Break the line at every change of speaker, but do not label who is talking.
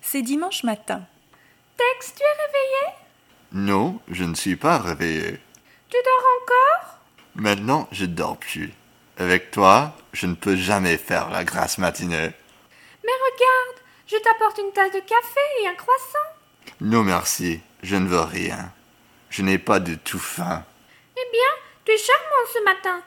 C'est dimanche matin. Tex, tu es réveillé
Non, je ne suis pas réveillé.
Tu dors encore
Maintenant, je dors plus. Avec toi, je ne peux jamais faire la grasse matinée.
Mais regarde, je t'apporte une tasse de café et un croissant.
Non merci, je ne veux rien. Je n'ai pas du tout faim.
Eh bien, tu es charmant ce matin.